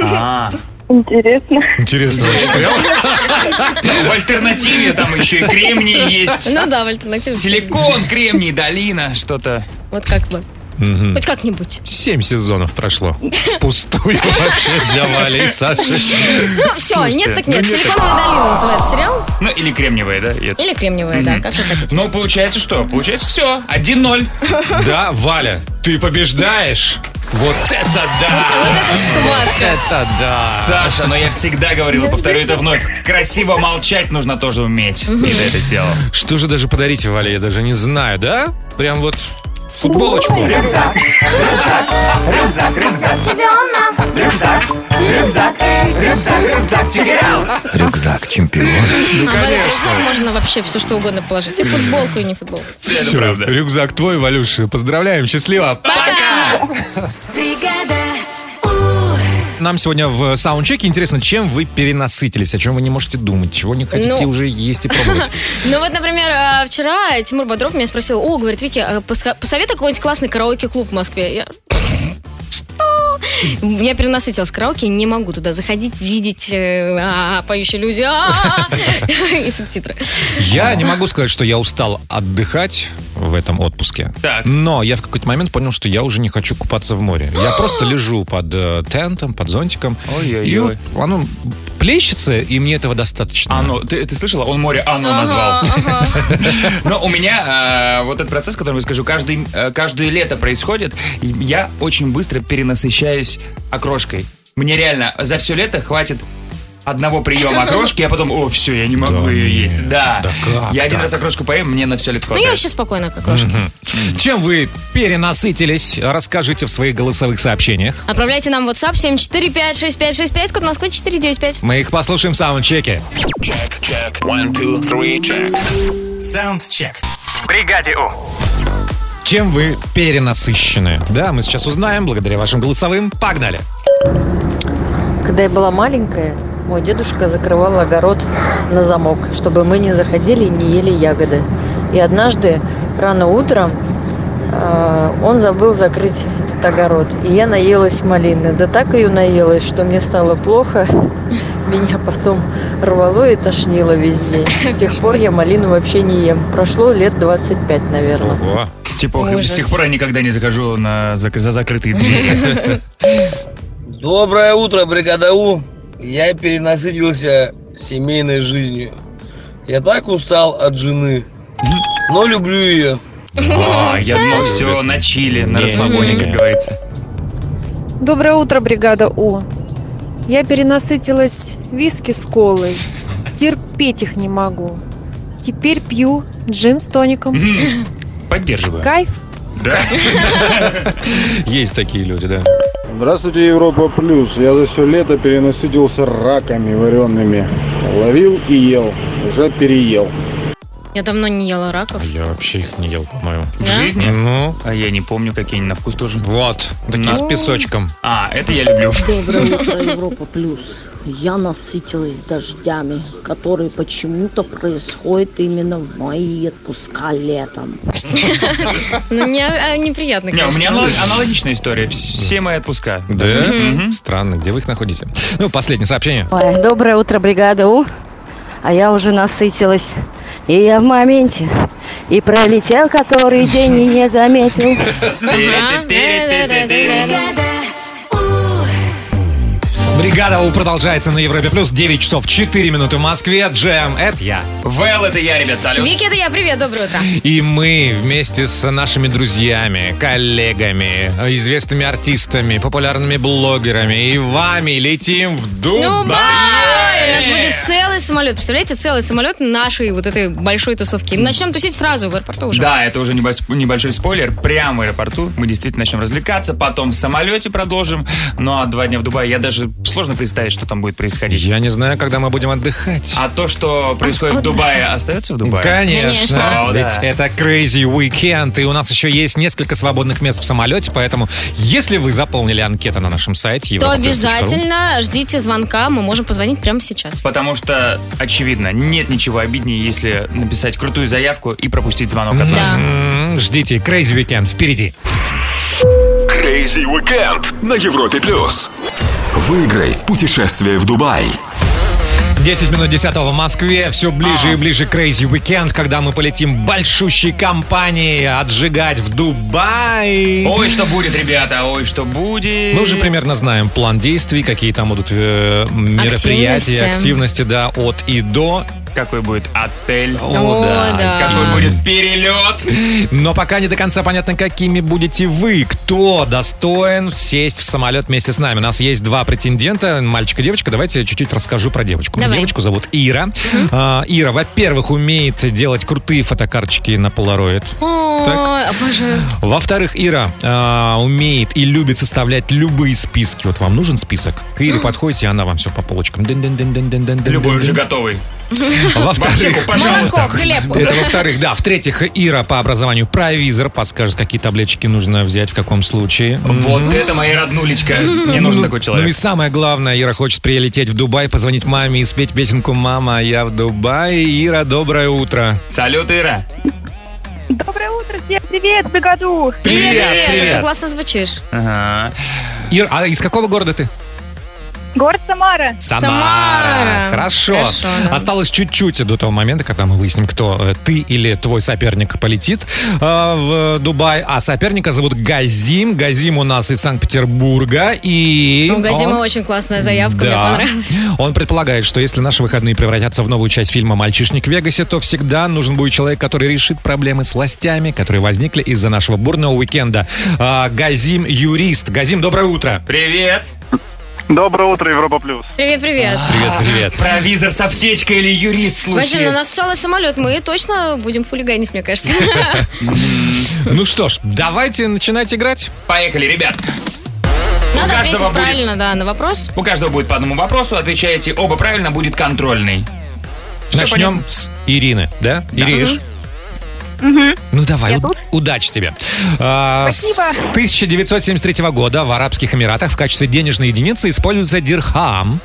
А. Интересно. Интересно. Ну, В альтернативе там еще и кремний есть. Ну да, в альтернативе. Силикон, кремний, долина, что-то. Вот как бы. Мгм. Хоть как-нибудь. Семь сезонов прошло. Впустую вообще для Вали и Саши. Ну, все, Слушайте, нет так ну нет. нет так- Силиконовая долина называется сериал. Ну, или кремниевая, да? я- Или кремниевая, да, как вы хотите. Ну, получается что? Получается все. 1-0. Да, Валя, ты побеждаешь. Вот это да! Вот это Вот схватка. это да! Саша, но я всегда говорил и повторю это вновь. Красиво молчать нужно тоже уметь. И ты это сделал. Что же даже подарить, Валя, я даже не знаю, да? Прям вот футболочку. Рюкзак, рюкзак. Рюкзак, рюкзак, рюкзак, рюкзак, Рюкзак чемпиона. а в этот рюкзак можно вообще все что угодно положить. И футболку, и не футболку. Всё, рюкзак твой, Валюша. Поздравляем, счастливо. Бригада. Нам сегодня в саундчеке интересно, чем вы перенасытились, о чем вы не можете думать, чего не хотите Ну. уже есть и пробовать. Ну вот, например, э, вчера Тимур Бодров меня спросил, о, говорит, Вики, э, посха- посоветуй какой-нибудь классный караоке-клуб в Москве. Я, Что? Я перенасытилась караоке, не могу туда заходить, видеть э, а, поющие люди а, и субтитры. Я не могу сказать, что я устал отдыхать в этом отпуске. Но я в какой-то момент понял, что я уже не хочу купаться в море. Я просто лежу под э, тентом, под зонтиком. И вот Ой-ой-ой. оно плещется, и мне этого достаточно. Оно, А, ну, ты, ты слышала? Он море Анну Ага, Ну, назвал. ага. Ну, Но у меня э, вот этот процесс, который я скажу, каждый, э, каждое лето происходит, и я очень быстро перенасыщаюсь окрошкой. Мне реально за все лето хватит одного приема окрошки, я потом, о, все, я не могу Да ее нет, есть. Да. да как я один так? раз окрошку поем, мне на все лето Ну я хватает. вообще спокойно, как кошка. Мгм. Чем вы перенасытились, расскажите в своих голосовых сообщениях. Отправляйте нам в WhatsApp 7456565, код Москвы 495. Мы их послушаем в саундчеке. Чек, one, two, three, check. Саундчек. Бригаде У. Чем вы перенасыщены? Да, мы сейчас узнаем благодаря вашим голосовым. Погнали! Когда я была маленькая, мой дедушка закрывал огород на замок, чтобы мы не заходили и не ели ягоды. И однажды рано утром э, он забыл закрыть этот огород. И я наелась малины. Да так ее наелась, что мне стало плохо. Меня потом рвало и тошнило весь день. С тех пор я малину вообще не ем. Прошло лет 25, наверное. Ого. С тех пор- Ужас. с тех пор я никогда не захожу на, зак- за закрытые двери. Доброе утро, бригада У. Я перенасытился семейной жизнью. Я так устал от жены, но люблю ее. А, Я думал, все, на чили, на расслабоне, как говорится. Доброе утро, бригада У. Я перенасытилась виски с колой. Терпеть их не могу. Теперь пью джин с тоником. Поддерживаю. Кайф. Да? Есть такие люди, да. Здравствуйте, Европа Плюс. Я за все лето перенасытился раками вареными. Ловил и ел. Уже переел. Я давно не ела раков. Я вообще их не ел, по-моему. В жизни? Ну. А я не помню, какие они на вкус тоже. Вот, такие На- с песочком. А, это я люблю. Доброе утро, Европа Плюс. Я насытилась дождями, которые почему-то происходят именно в мои отпуска летом. Ну, мне а, неприятно, Не, у конечно. меня анал- аналогичная история. Все мои отпуска. Да? Странно, где вы их находите? Ну, последнее сообщение. Ой, доброе утро, бригада У. А я уже насытилась И я в моменте. И пролетел который день и не заметил. Бригада У продолжается на Европе Плюс. 9 часов 4 минуты в Москве. Джем, это я. Вэл, это я, ребят, салют. Вики, это я. Привет, доброе утро. И мы вместе с нашими друзьями, коллегами, известными артистами, популярными блогерами и вами летим в Ну, Дубай! бай! У нас будет целый самолет. Представляете, целый самолет нашей вот этой большой тусовки. Начнем тусить сразу в аэропорту уже. Да, это уже небольш- небольшой спойлер. Прямо в аэропорту мы действительно начнем развлекаться, потом в самолете продолжим. Ну а два дня в Дубае, я даже сложно представить, что там будет происходить. Я не знаю, когда мы будем отдыхать. А то, что происходит в Дубае, остается в Дубае? Конечно. О, да. Ведь это Crazy Weekend, и у нас еще есть несколько свободных мест в самолете, поэтому если вы заполнили анкету на нашем сайте, То europaplus.ru, обязательно ждите звонка, мы можем позвонить прямо сейчас. Потому что, очевидно, нет ничего обиднее, если написать крутую заявку и пропустить звонок от нас. М, Ждите Crazy Weekend впереди. Crazy Weekend на Европе плюс. Выиграй путешествие в Дубай. 10 минут 10 в Москве, все А. ближе и ближе Crazy Weekend, когда мы полетим большущей компанией отжигать в Дубай. Ой, что будет, ребята, ой, что будет. Мы Ну, уже примерно знаем план действий, какие там будут э, мероприятия, Активности. активности, да, от и до. Какой будет отель. О, да. Какой будет перелет. Но пока не до конца понятно, какими будете вы, кто достоин сесть в самолет вместе с нами. У нас есть два претендента, мальчик и девочка. Давайте я чуть-чуть расскажу про девочку. Давай. Девочку зовут Ира. А, Ира, во-первых, умеет делать крутые фотокарточки на полароид. Ой, обожаю. Во-вторых, Ира а, умеет и любит составлять любые списки. Вот вам нужен список? К Ире подходите, и она вам все по полочкам. Любой Любой уже готовый. Во-вторых, Бабчику, пожалуйста. Молоко, хлеб. Это во-вторых, да. В-третьих, Ира по образованию провизор подскажет, какие таблеточки нужно взять, в каком случае. Вот это моя роднулечка. Мне нужен такой Ну и человек. самое главное, Ира хочет прилететь в Дубай, позвонить маме и спеть песенку «Мама, я в Дубае». Ира, доброе утро. Салют, Ира. Доброе утро, всем привет, Бригаду. Как ты классно звучишь. Ага. Ир, а из какого города ты? Город Самара. Хорошо. Хорошо, да. Осталось чуть-чуть до того момента, когда мы выясним, кто э, ты или твой соперник полетит э, в э, Дубай. А соперника зовут Газим. Газим у нас из Санкт-Петербурга. И Ну, У Газима он- очень классная заявка, мне Да. понравилась. Он предполагает, что если наши выходные превратятся в новую часть фильма «Мальчишник в Вегасе», то всегда нужен будет человек, который решит проблемы с властями, которые возникли из-за нашего бурного уикенда. А, Газим Юрист. Газим, доброе утро. Привет. Доброе утро, Европа Плюс. Привет, привет. А, Привет, привет. Провизор с аптечкой или юрист в Вадим, случае. у нас целый самолет, мы точно будем хулиганить, мне кажется. Ну что ж, давайте начинать играть. Поехали, ребят. Надо каждого ответить будет- правильно, да, на вопрос. У каждого будет по одному вопросу, отвечаете оба правильно, будет контрольный. Всё Начнем понятно? с Ирины, да? Ириш. Ну давай, уд- удачи тебе. А, С 1973 года в Арабских Эмиратах в качестве денежной единицы используется дирхам.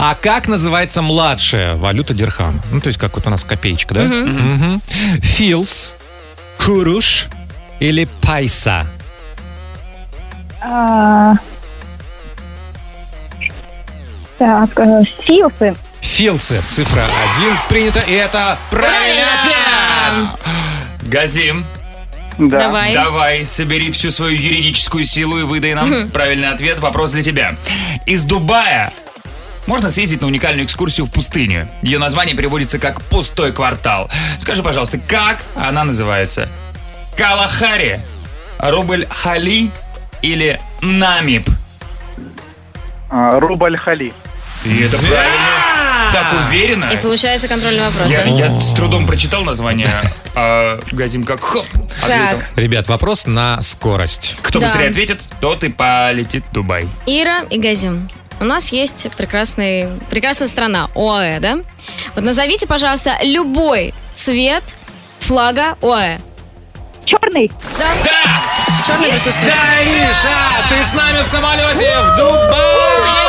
А как называется младшая валюта дирхама? Ну, то есть как вот у нас копеечка, да? Мгм. Мгм. Филс, куруш или пайса? А, Так, э, Филсы. Филсы, цифра 1, принято, и это правильный ответ! Газим. Да. Давай. Давай, собери всю свою юридическую силу и выдай нам Мгм. правильный ответ. Вопрос для тебя. Из Дубая можно съездить на уникальную экскурсию в пустыню. Ее название переводится как «Пустой квартал». Скажи, пожалуйста, как она называется? Калахари, Рубль Хали или Намиб? А, Рубль Хали. И это правильно. Так уверенно. И получается контрольный вопрос, Я, да? я с трудом прочитал название, а Газим как хоп. ответил. Так, Ребят, вопрос на скорость. Кто Да. быстрее ответит, тот и полетит в Дубай. Ира и Газим. У нас есть прекрасный, прекрасная страна, ОАЭ, да? Вот назовите, пожалуйста, любой цвет флага ОАЭ. Черный. Да. Черный присутствует. Иша, а ты с нами в самолете в Дубае!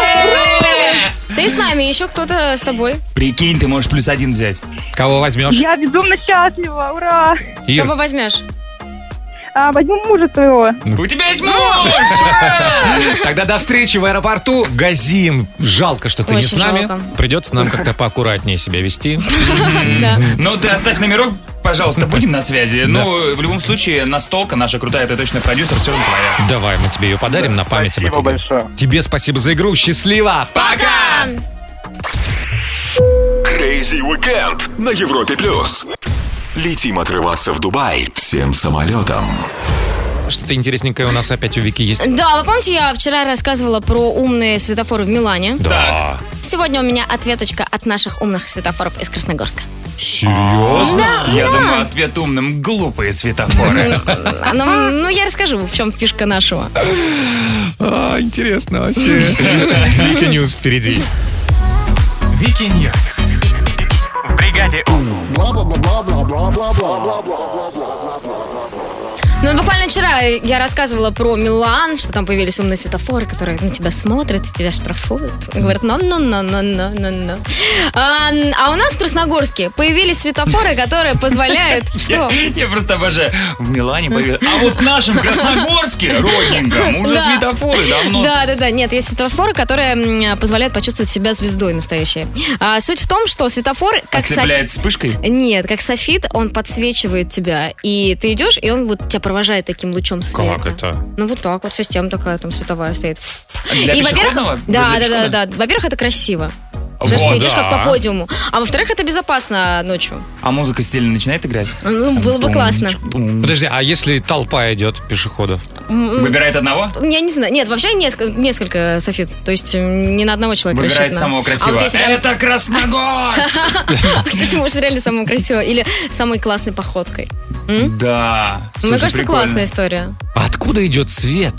Ты с нами, еще кто-то с тобой. Прикинь, ты можешь плюс один взять. Кого возьмешь? Я безумно счастлива, ура! Ир. Кого возьмешь? А, А, возьму мужа своего. Ну. У тебя есть муж! Тогда до встречи в аэропорту. Газим, жалко, что ты не с Очень нами. жалко. Придется нам как-то поаккуратнее себя вести. Ну, ты оставь номерок, пожалуйста, будем на связи. Ну, в любом случае, настолка наша крутая, ты точно продюсер, все твоя. Давай, мы тебе ее подарим на память об этой игре. Тебе спасибо за игру. Счастливо! Пока! Crazy Weekend на Европе плюс. Летим отрываться в Дубай всем самолетом. Что-то интересненькое у нас опять у Вики есть. Да, вы помните, я вчера рассказывала про умные светофоры в Милане? Да. Сегодня у меня ответочка от наших умных светофоров из Красногорска. Серьезно? Да, Я да. думаю, ответ умным глупые светофоры. А, Ну, ну, я расскажу, в чем фишка нашего. А, интересно вообще. Вики Ньюс впереди. Вики Ньюс. В бригаде Ну, буквально вчера я рассказывала про Милан, что там появились умные светофоры, которые на тебя смотрят, и тебя штрафуют. И говорят, но но но но но но но А, а у нас в Красногорске появились светофоры, которые позволяют... Что? Я просто обожаю. В Милане появилось. А вот в нашем Красногорске, родненьком, уже Да. светофоры давно. Да, да, да. Нет, есть светофоры, которые м, позволяют почувствовать себя звездой настоящей. А, суть в том, что светофор, как софит- Ослепляет вспышкой? Нет, как софит, он подсвечивает тебя. И ты идешь, и он вот тебя провожает таким лучом света. Как это? Ну вот так вот система такая там световая стоит. А Для пешеходного? во-первых, да, Для да, да, пешехода? да. Во-первых, это красиво. Во, Потому что ты идешь да. как по подиуму. А во-вторых, это безопасно ночью. А музыка стильно начинает играть? Ну, было бы классно. Подожди, а если толпа идет пешеходов? М, м, Выбирает одного? Я не знаю. Нет, вообще несколько, несколько софит. То есть м, не на одного человека Выбирает рассчитано. самого красивого. Э. А вот если- Это Красногорск! Кстати, может, реально самого красивого. Или самой классной походкой. М? Да. Мне Слушай, кажется, прикольно. классная история. Откуда идет свет?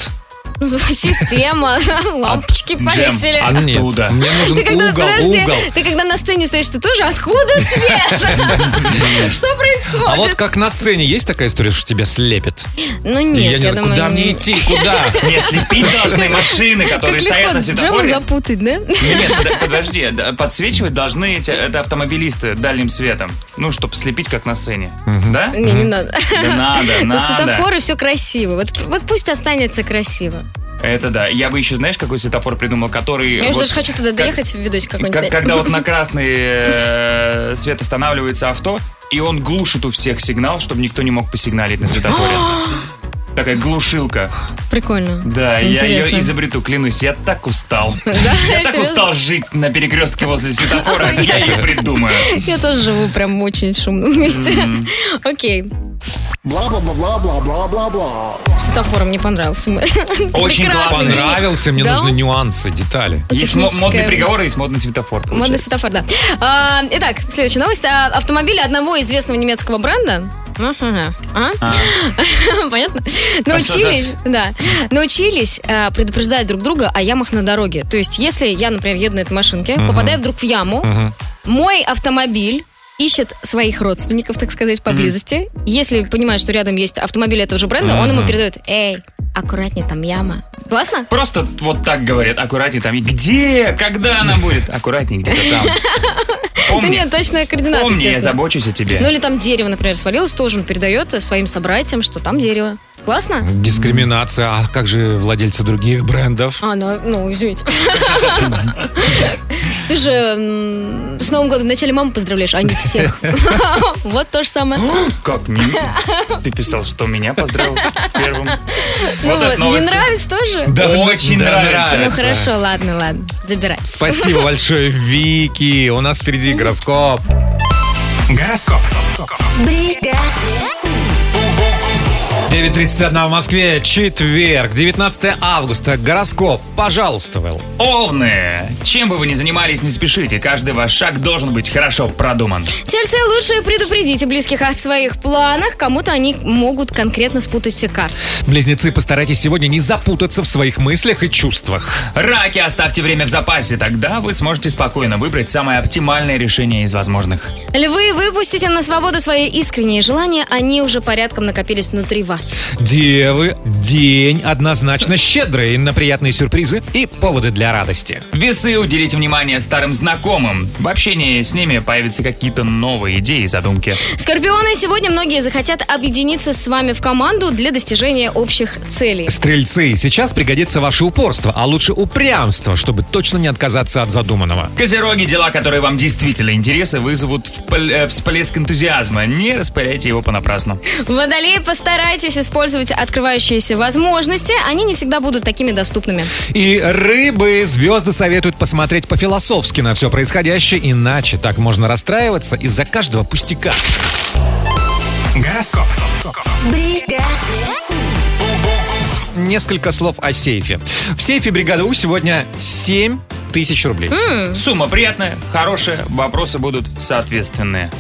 Ну, Система, А лампочки повесили. А нет, мне нужен Ты когда, угол, подожди, угол. ты когда на сцене стоишь, ты тоже откуда свет? Что А вот происходит? как на сцене есть такая история, что тебя слепит? Ну И нет, не я знаю, думаю... куда не- мне идти, куда? Не слепить должны машины, которые Как стоят на легко Джема светофоре. запутать, да? Нет, под- подожди, да, подсвечивать должны эти это автомобилисты дальним светом. Ну, чтобы слепить, как на сцене. Да? Не, не надо. Да На надо, надо. светофоры все красиво. Вот, вот пусть останется красиво. Это да. Я бы еще, знаешь, какой светофор придумал, который... Я уже вот даже хочу туда как- доехать, видосик какой-нибудь как- снять. когда вот на красный э, свет останавливается авто, и он глушит у всех сигнал, чтобы никто не мог посигналить на светофоре. Такая глушилка. Прикольно. Да, я Интересно. ее изобрету, клянусь, я так устал. Да, Я так серьезно? устал жить на перекрестке возле светофора, я ее придумаю. Я тоже живу прям в очень шумном месте. Окей. Бла-бла-бла-бла-бла-бла-бла. Светофор мне понравился. Прекрасный. Понравился, мне Да? нужны нюансы, детали. Есть мо- Техническая. модный приговор, и есть модный светофор. Модный светофор, да. А, итак, следующая новость. А, Автомобили одного известного немецкого бренда. Ага. А? Понятно? Научились, да, научились э, предупреждать друг друга о ямах на дороге. То есть, если я, например, еду на этой машинке, Мгм. попадаю вдруг в яму, мой автомобиль ищет своих родственников, так сказать, поблизости. Если понимает, что рядом есть автомобиль этого же бренда, он ему Мгм. передает, эй, аккуратнее, там яма. Классно? Просто вот так говорят, аккуратнее там. Где? Когда она будет? Аккуратнее где-то там. Ну Помни, нет, точная координата, помни, я естественно. забочусь о тебе. Ну или там дерево, например, свалилось, тоже он передает своим собратьям, что там дерево. Классно? Дискриминация, а как же владельцы других брендов? А, ну, ну, извините. Ты же м, с Новым годом вначале маму поздравляешь, а не всех. Вот то же самое. Как не? Ты писал, что меня поздравил первым. Ну, это вот, Не новости. нравится тоже? Да, Очень да, нравится. Ну хорошо, ладно, ладно, забирай. Спасибо большое, Вики. У нас впереди гороскоп. Гороскоп. Брига. 9.31 в Москве, четверг, 19 августа. Гороскоп. Пожалуйста, Вэл. Овны, чем бы вы ни занимались, не спешите. Каждый ваш шаг должен быть хорошо продуман. Тельцы лучше предупредите близких о своих планах, кому-то они могут конкретно спутать все карты. Близнецы, постарайтесь сегодня не запутаться в своих мыслях и чувствах. Раки, оставьте время в запасе, тогда вы сможете спокойно выбрать самое оптимальное решение из возможных. Львы, выпустите на свободу свои искренние желания, они уже порядком накопились внутри вас. нас. Девы, день однозначно щедрый на приятные сюрпризы и поводы для радости. Весы уделите внимание старым знакомым. В общении с ними появятся какие-то новые идеи и задумки. Скорпионы, сегодня многие захотят объединиться с вами в команду для достижения общих целей. Стрельцы, сейчас пригодится ваше упорство, а лучше упрямство, чтобы точно не отказаться от задуманного. Козероги, дела, которые вам действительно интересны, вызовут впл- э, всплеск энтузиазма. Не распыляйте его понапрасну. Водолеи, постарайтесь использовать открывающиеся возможности, они не всегда будут такими доступными. И рыбы, звезды советуют посмотреть по-философски на все происходящее, иначе так можно расстраиваться из-за каждого пустяка. Гороскоп. Бригада. Несколько слов о сейфе. В сейфе бригады У сегодня 7 тысяч рублей. Сумма приятная, хорошая, вопросы будут соответственные.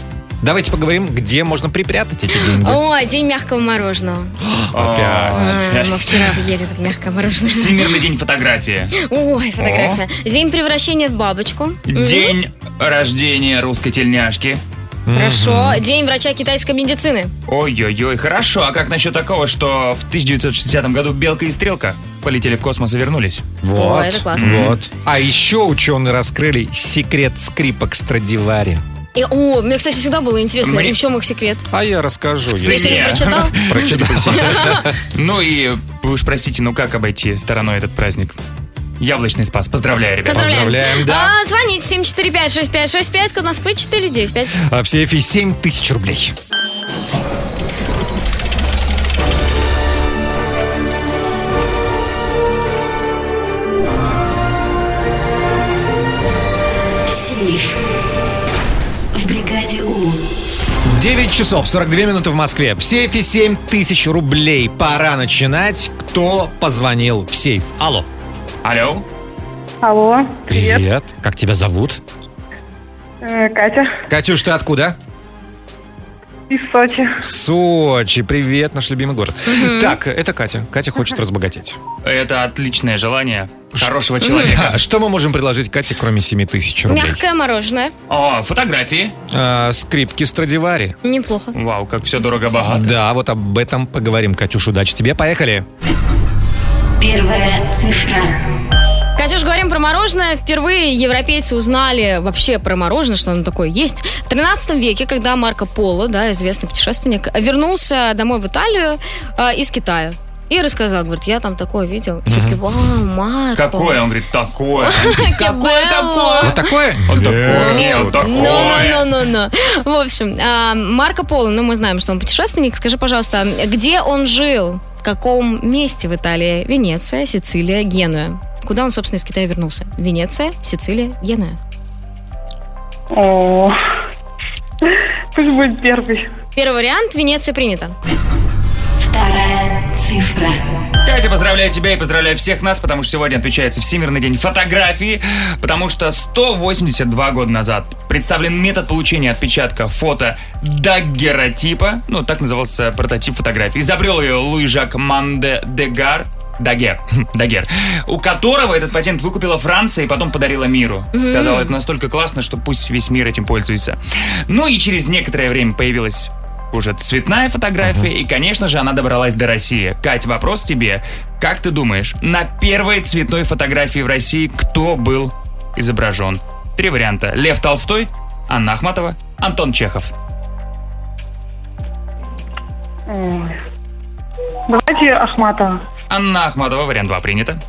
Давайте поговорим, где можно припрятать эти деньги. О, день мягкого мороженого. А, Мы вчера ели так мягкое мороженое. Всемирный день фотографии. Ой, фотография. День превращения в бабочку. Мгм. День рождения русской тельняшки. Хорошо. День врача китайской медицины. Ой-ой-ой, хорошо. А как насчет такого, что в 1960 году белка и стрелка полетели в космос и вернулись? Вот. О, это классно. Вот. А еще ученые раскрыли секрет скрипок Страдивари. И, о, мне, кстати, всегда было интересно, Мне- и в чем их секрет. А я расскажу. Ты если- что, не прочитал? Прочитал. Ну и вы уж простите, ну как обойти стороной этот праздник? Яблочный спас. Поздравляю, ребята. Поздравляем. А, звоните 745-6565, код Москвы 495. А в сейфе 7 тысяч рублей. Сейф. В бригаде У. 9 часов 42 минуты в Москве. В сейфе 7 тысяч рублей. Пора начинать. Кто позвонил в сейф? Алло. Алло. Алло, привет. Как тебя зовут? Э, Катя Катюш, ты откуда? из Сочи. Сочи. Привет, наш любимый город. Так, это Катя. Катя хочет разбогатеть. Это отличное желание хорошего человека. А Что мы можем предложить Кате, кроме 7 тысяч рублей? Мягкое мороженое. О, фотографии. А, скрипки Страдивари. Неплохо. Вау, как все дорого-богато. Да, вот об этом поговорим. Катюш, удачи тебе. Поехали. Первая цифра. Катюш, говорим про мороженое. Впервые европейцы узнали вообще про мороженое, что оно такое есть. В 13 веке, когда Марко Поло, да, известный путешественник, вернулся домой в Италию э, из Китая. И рассказал, говорит, я там такое видел. И все таки вау, Марко. Какое? Он говорит, такое. Какое такое? Вот такое? Вот такое. Нет, вот такое. Ну, ну, ну, ну, ну. В общем, а, Марко Поло, ну мы знаем, что он путешественник. Скажи, пожалуйста, где он жил? В каком месте в Италии? Венеция, Сицилия, Генуя. Куда он, собственно, из Китая вернулся? Венеция, Сицилия, Генуя. О, пусть будет первый. Первый вариант Венеция принято. Вторая цифра. Катя, поздравляю тебя и поздравляю всех нас, потому что сегодня отмечается Всемирный день фотографии, потому что 182 года назад представлен метод получения отпечатка фото даггеротипа, ну, так назывался прототип фотографии. Изобрел ее Луи-Жак Манде Дегар, Дагер, Дагер, у которого этот патент выкупила Франция и потом подарила миру. Мгм. Сказала, это настолько классно, что пусть весь мир этим пользуется. Ну и через некоторое время появилась уже цветная фотография, и, конечно же, она добралась до России. Кать, вопрос тебе. Как ты думаешь, на первой цветной фотографии в России кто был изображен? Три варианта. Лев Толстой, Анна Ахматова, Антон Чехов. Ой. Давайте Ахматова. Анна Ахматова, вариант 2 принято.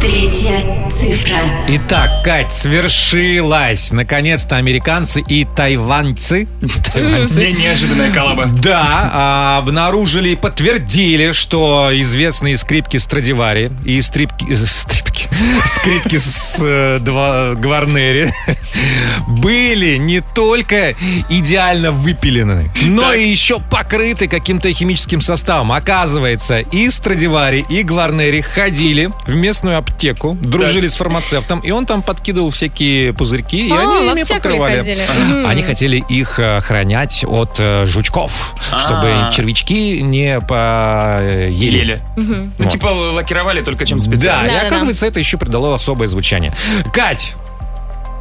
Третья цифра. Итак, Кать, свершилась! Наконец-то американцы и тайваньцы... Не- неожиданная коллаба. Да, а, обнаружили и подтвердили, что известные скрипки Страдивари и стрипки... э, стрипки- Скрипки с э, два- Гварнери были не только идеально выпилены, но и еще покрыты каким-то химическим составом. Оказывается, и Страдивари, и Гварнери ходили в местную аптеку, дружили с фармацевтом, и он там подкидывал всякие пузырьки, и А, в они ими аптеку покрывали. ходили. Мгм. Они хотели их э, охранять от э, жучков, А. чтобы червячки не поели. Ели. Ну, Вот. типа, л- лакировали только чем Да, специально. и оказывается, это еще придало особое звучание. Кать,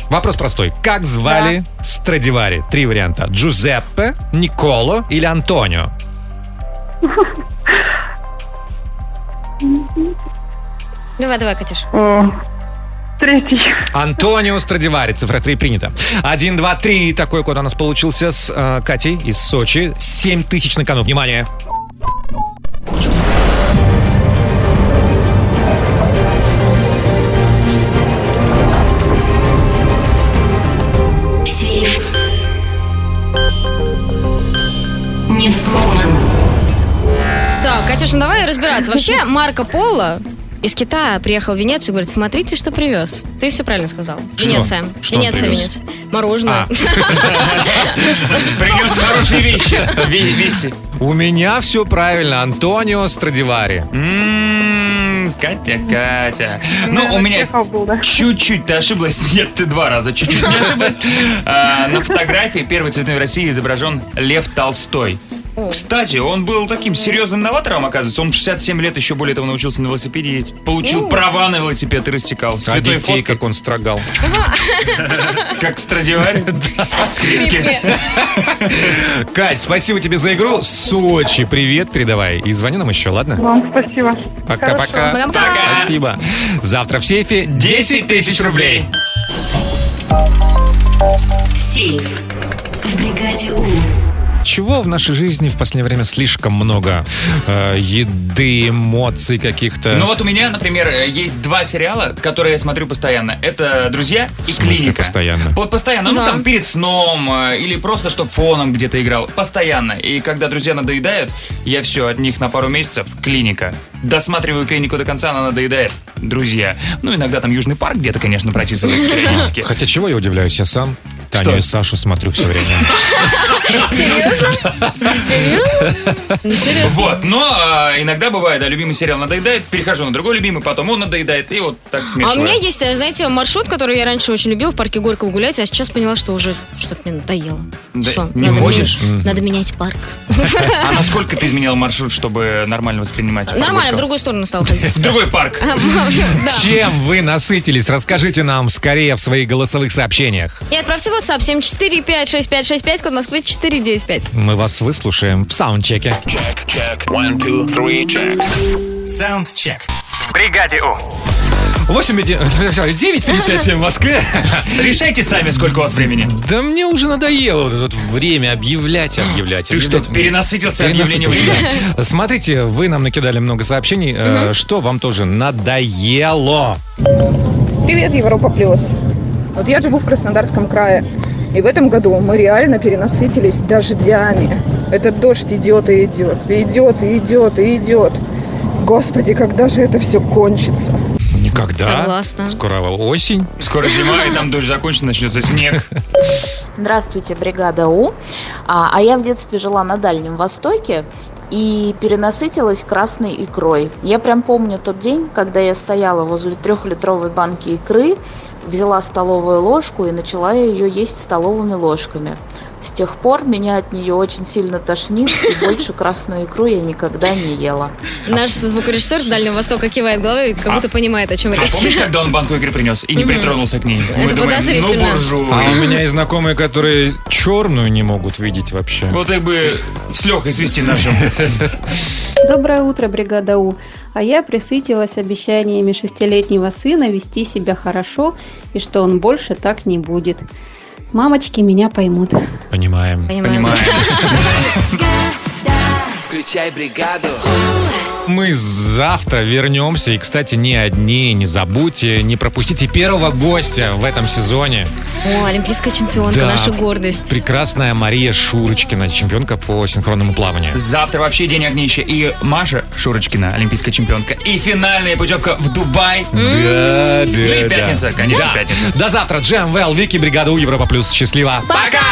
вопрос простой. Как звали Страдивари? Три варианта. Джузеппе, Николо или Антонио? Давай, давай, Катюш. Третий. Антонио Страдивари. Цифра 3 принята. 1, 2, 3. Такой код у нас получился с э, Катей из Сочи. 7 тысяч на кону. Внимание. Сейф. Не взломан. Так, Катюш, ну давай разбираться. Вообще, Марко Поло из Китая приехал в Венецию и говорит, смотрите, что привез. Ты все правильно сказал. Что? Венеция. Что он Венеция, привез? Венеция. Мороженое. А. Принес хорошие вещи. Ве- Вести. У меня все правильно. Антонио Страдивари. Ну, М, М-м, Катя, Катя. Ну, у меня чуть-чуть ты ошиблась. Нет, ты два раза чуть-чуть не ошиблась. А, На фотографии первый цветной в России изображен Лев Толстой. Кстати, он был таким серьезным новатором, оказывается. Он в 67 лет еще более того научился на велосипеде ездить. Получил О. права на велосипед и рассекал. С А цветной детей фоткой. как он строгал. Как Страдивари. По скрипке. Кать, спасибо тебе за игру. Сочи, привет передавай. И звони нам еще, Ну, ладно? Вам спасибо. Пока-пока. Спасибо. Завтра в сейфе 10 тысяч рублей. Сейф. В бригаде У. Чего в нашей жизни в последнее время слишком много? Э, еды, эмоций каких-то. Ну вот у меня, например, э, есть два сериала, которые я смотрю постоянно. Это «Друзья» В и смысле «Клиника». постоянно. Вот постоянно, ну Да. там перед сном э, или просто, чтобы фоном где-то играл. Постоянно. И когда друзья надоедают, я все, от них на пару месяцев клиника. Досматриваю клинику до конца, она надоедает. Друзья. Ну, иногда там Южный парк где-то, конечно, протисывается периодически. Хотя чего я удивляюсь, я сам Таню и Сашу смотрю все время. Серьезно? Серьезно? Интересно. Вот, но а, иногда бывает, да, любимый сериал надоедает, перехожу на другой любимый, потом он надоедает, и вот так А смешиваю. у меня есть, э, знаете, маршрут, который я раньше очень любила в парке Горького гулять, а сейчас поняла, что уже что-то мне надоело. Да, Всё, не надо ходишь? мен- Мгм. Надо менять парк. А насколько ты изменил маршрут, чтобы нормально воспринимать? Нормально, в прогулку? другую сторону стал ходить. В другой парк. А? Да. Чем вы насытились? Расскажите нам скорее в своих голосовых сообщениях. И отправьте в WhatsApp 7456565, код Москвы 495. Мы вас выслушаем в саундчеке. Check. One, two, three, check. Sound check. Бригаде У. 8, 9.57 в Москве. Решайте сами, сколько у вас времени. Да мне уже надоело вот это вот время объявлять, объявлять. Ты что, объявлять. перенасытился объявлением Перенасытился, времени? да. Смотрите, вы нам накидали много сообщений, э, что вам тоже надоело. Привет, Европа Плюс. Вот я живу в Краснодарском крае. И в этом году мы реально перенасытились дождями. Этот дождь идет и идет, и идет, и идет, и идет. Господи, когда же это все кончится? А? Никогда. Согласна. Скоро осень. Скоро зима, и там дождь закончится, начнется снег. Здравствуйте, бригада У. А, а я в детстве жила на Дальнем Востоке и перенасытилась красной икрой. Я прям помню тот день, когда я стояла возле трехлитровой банки икры, взяла столовую ложку и начала ее есть столовыми ложками. С тех пор меня от нее очень сильно тошнит, и больше красную икру я никогда не ела. Наш звукорежиссер с Дальнего Востока кивает головой и как будто понимает, о чем А речь. помнишь, когда он банку игры принес и не Мгм. притронулся к ней? Мы Это думаем, ну подозрительно. буржуй. А у меня есть знакомые, которые черную не могут видеть вообще. Вот их бы с Лехой свести нашим. Доброе утро, бригада У. А я присытилась обещаниями шестилетнего сына вести себя хорошо и что он больше так не будет. Мамочки меня поймут. Понимаем. Включай бригаду. Мы завтра вернемся. И, кстати, не одни, не забудьте, не пропустите первого гостя в этом сезоне. О, олимпийская чемпионка, Да. наша гордость. Прекрасная Мария Шурочкина, чемпионка по синхронному плаванию. Завтра вообще день огнища. И Маша Шурочкина, олимпийская чемпионка. И финальная путевка в Дубай. Да, да, Ну и да. пятница, конечно, Да. пятница. До завтра. Джем Вэл, Вики, бригада У Европа Плюс. Счастливо. Пока!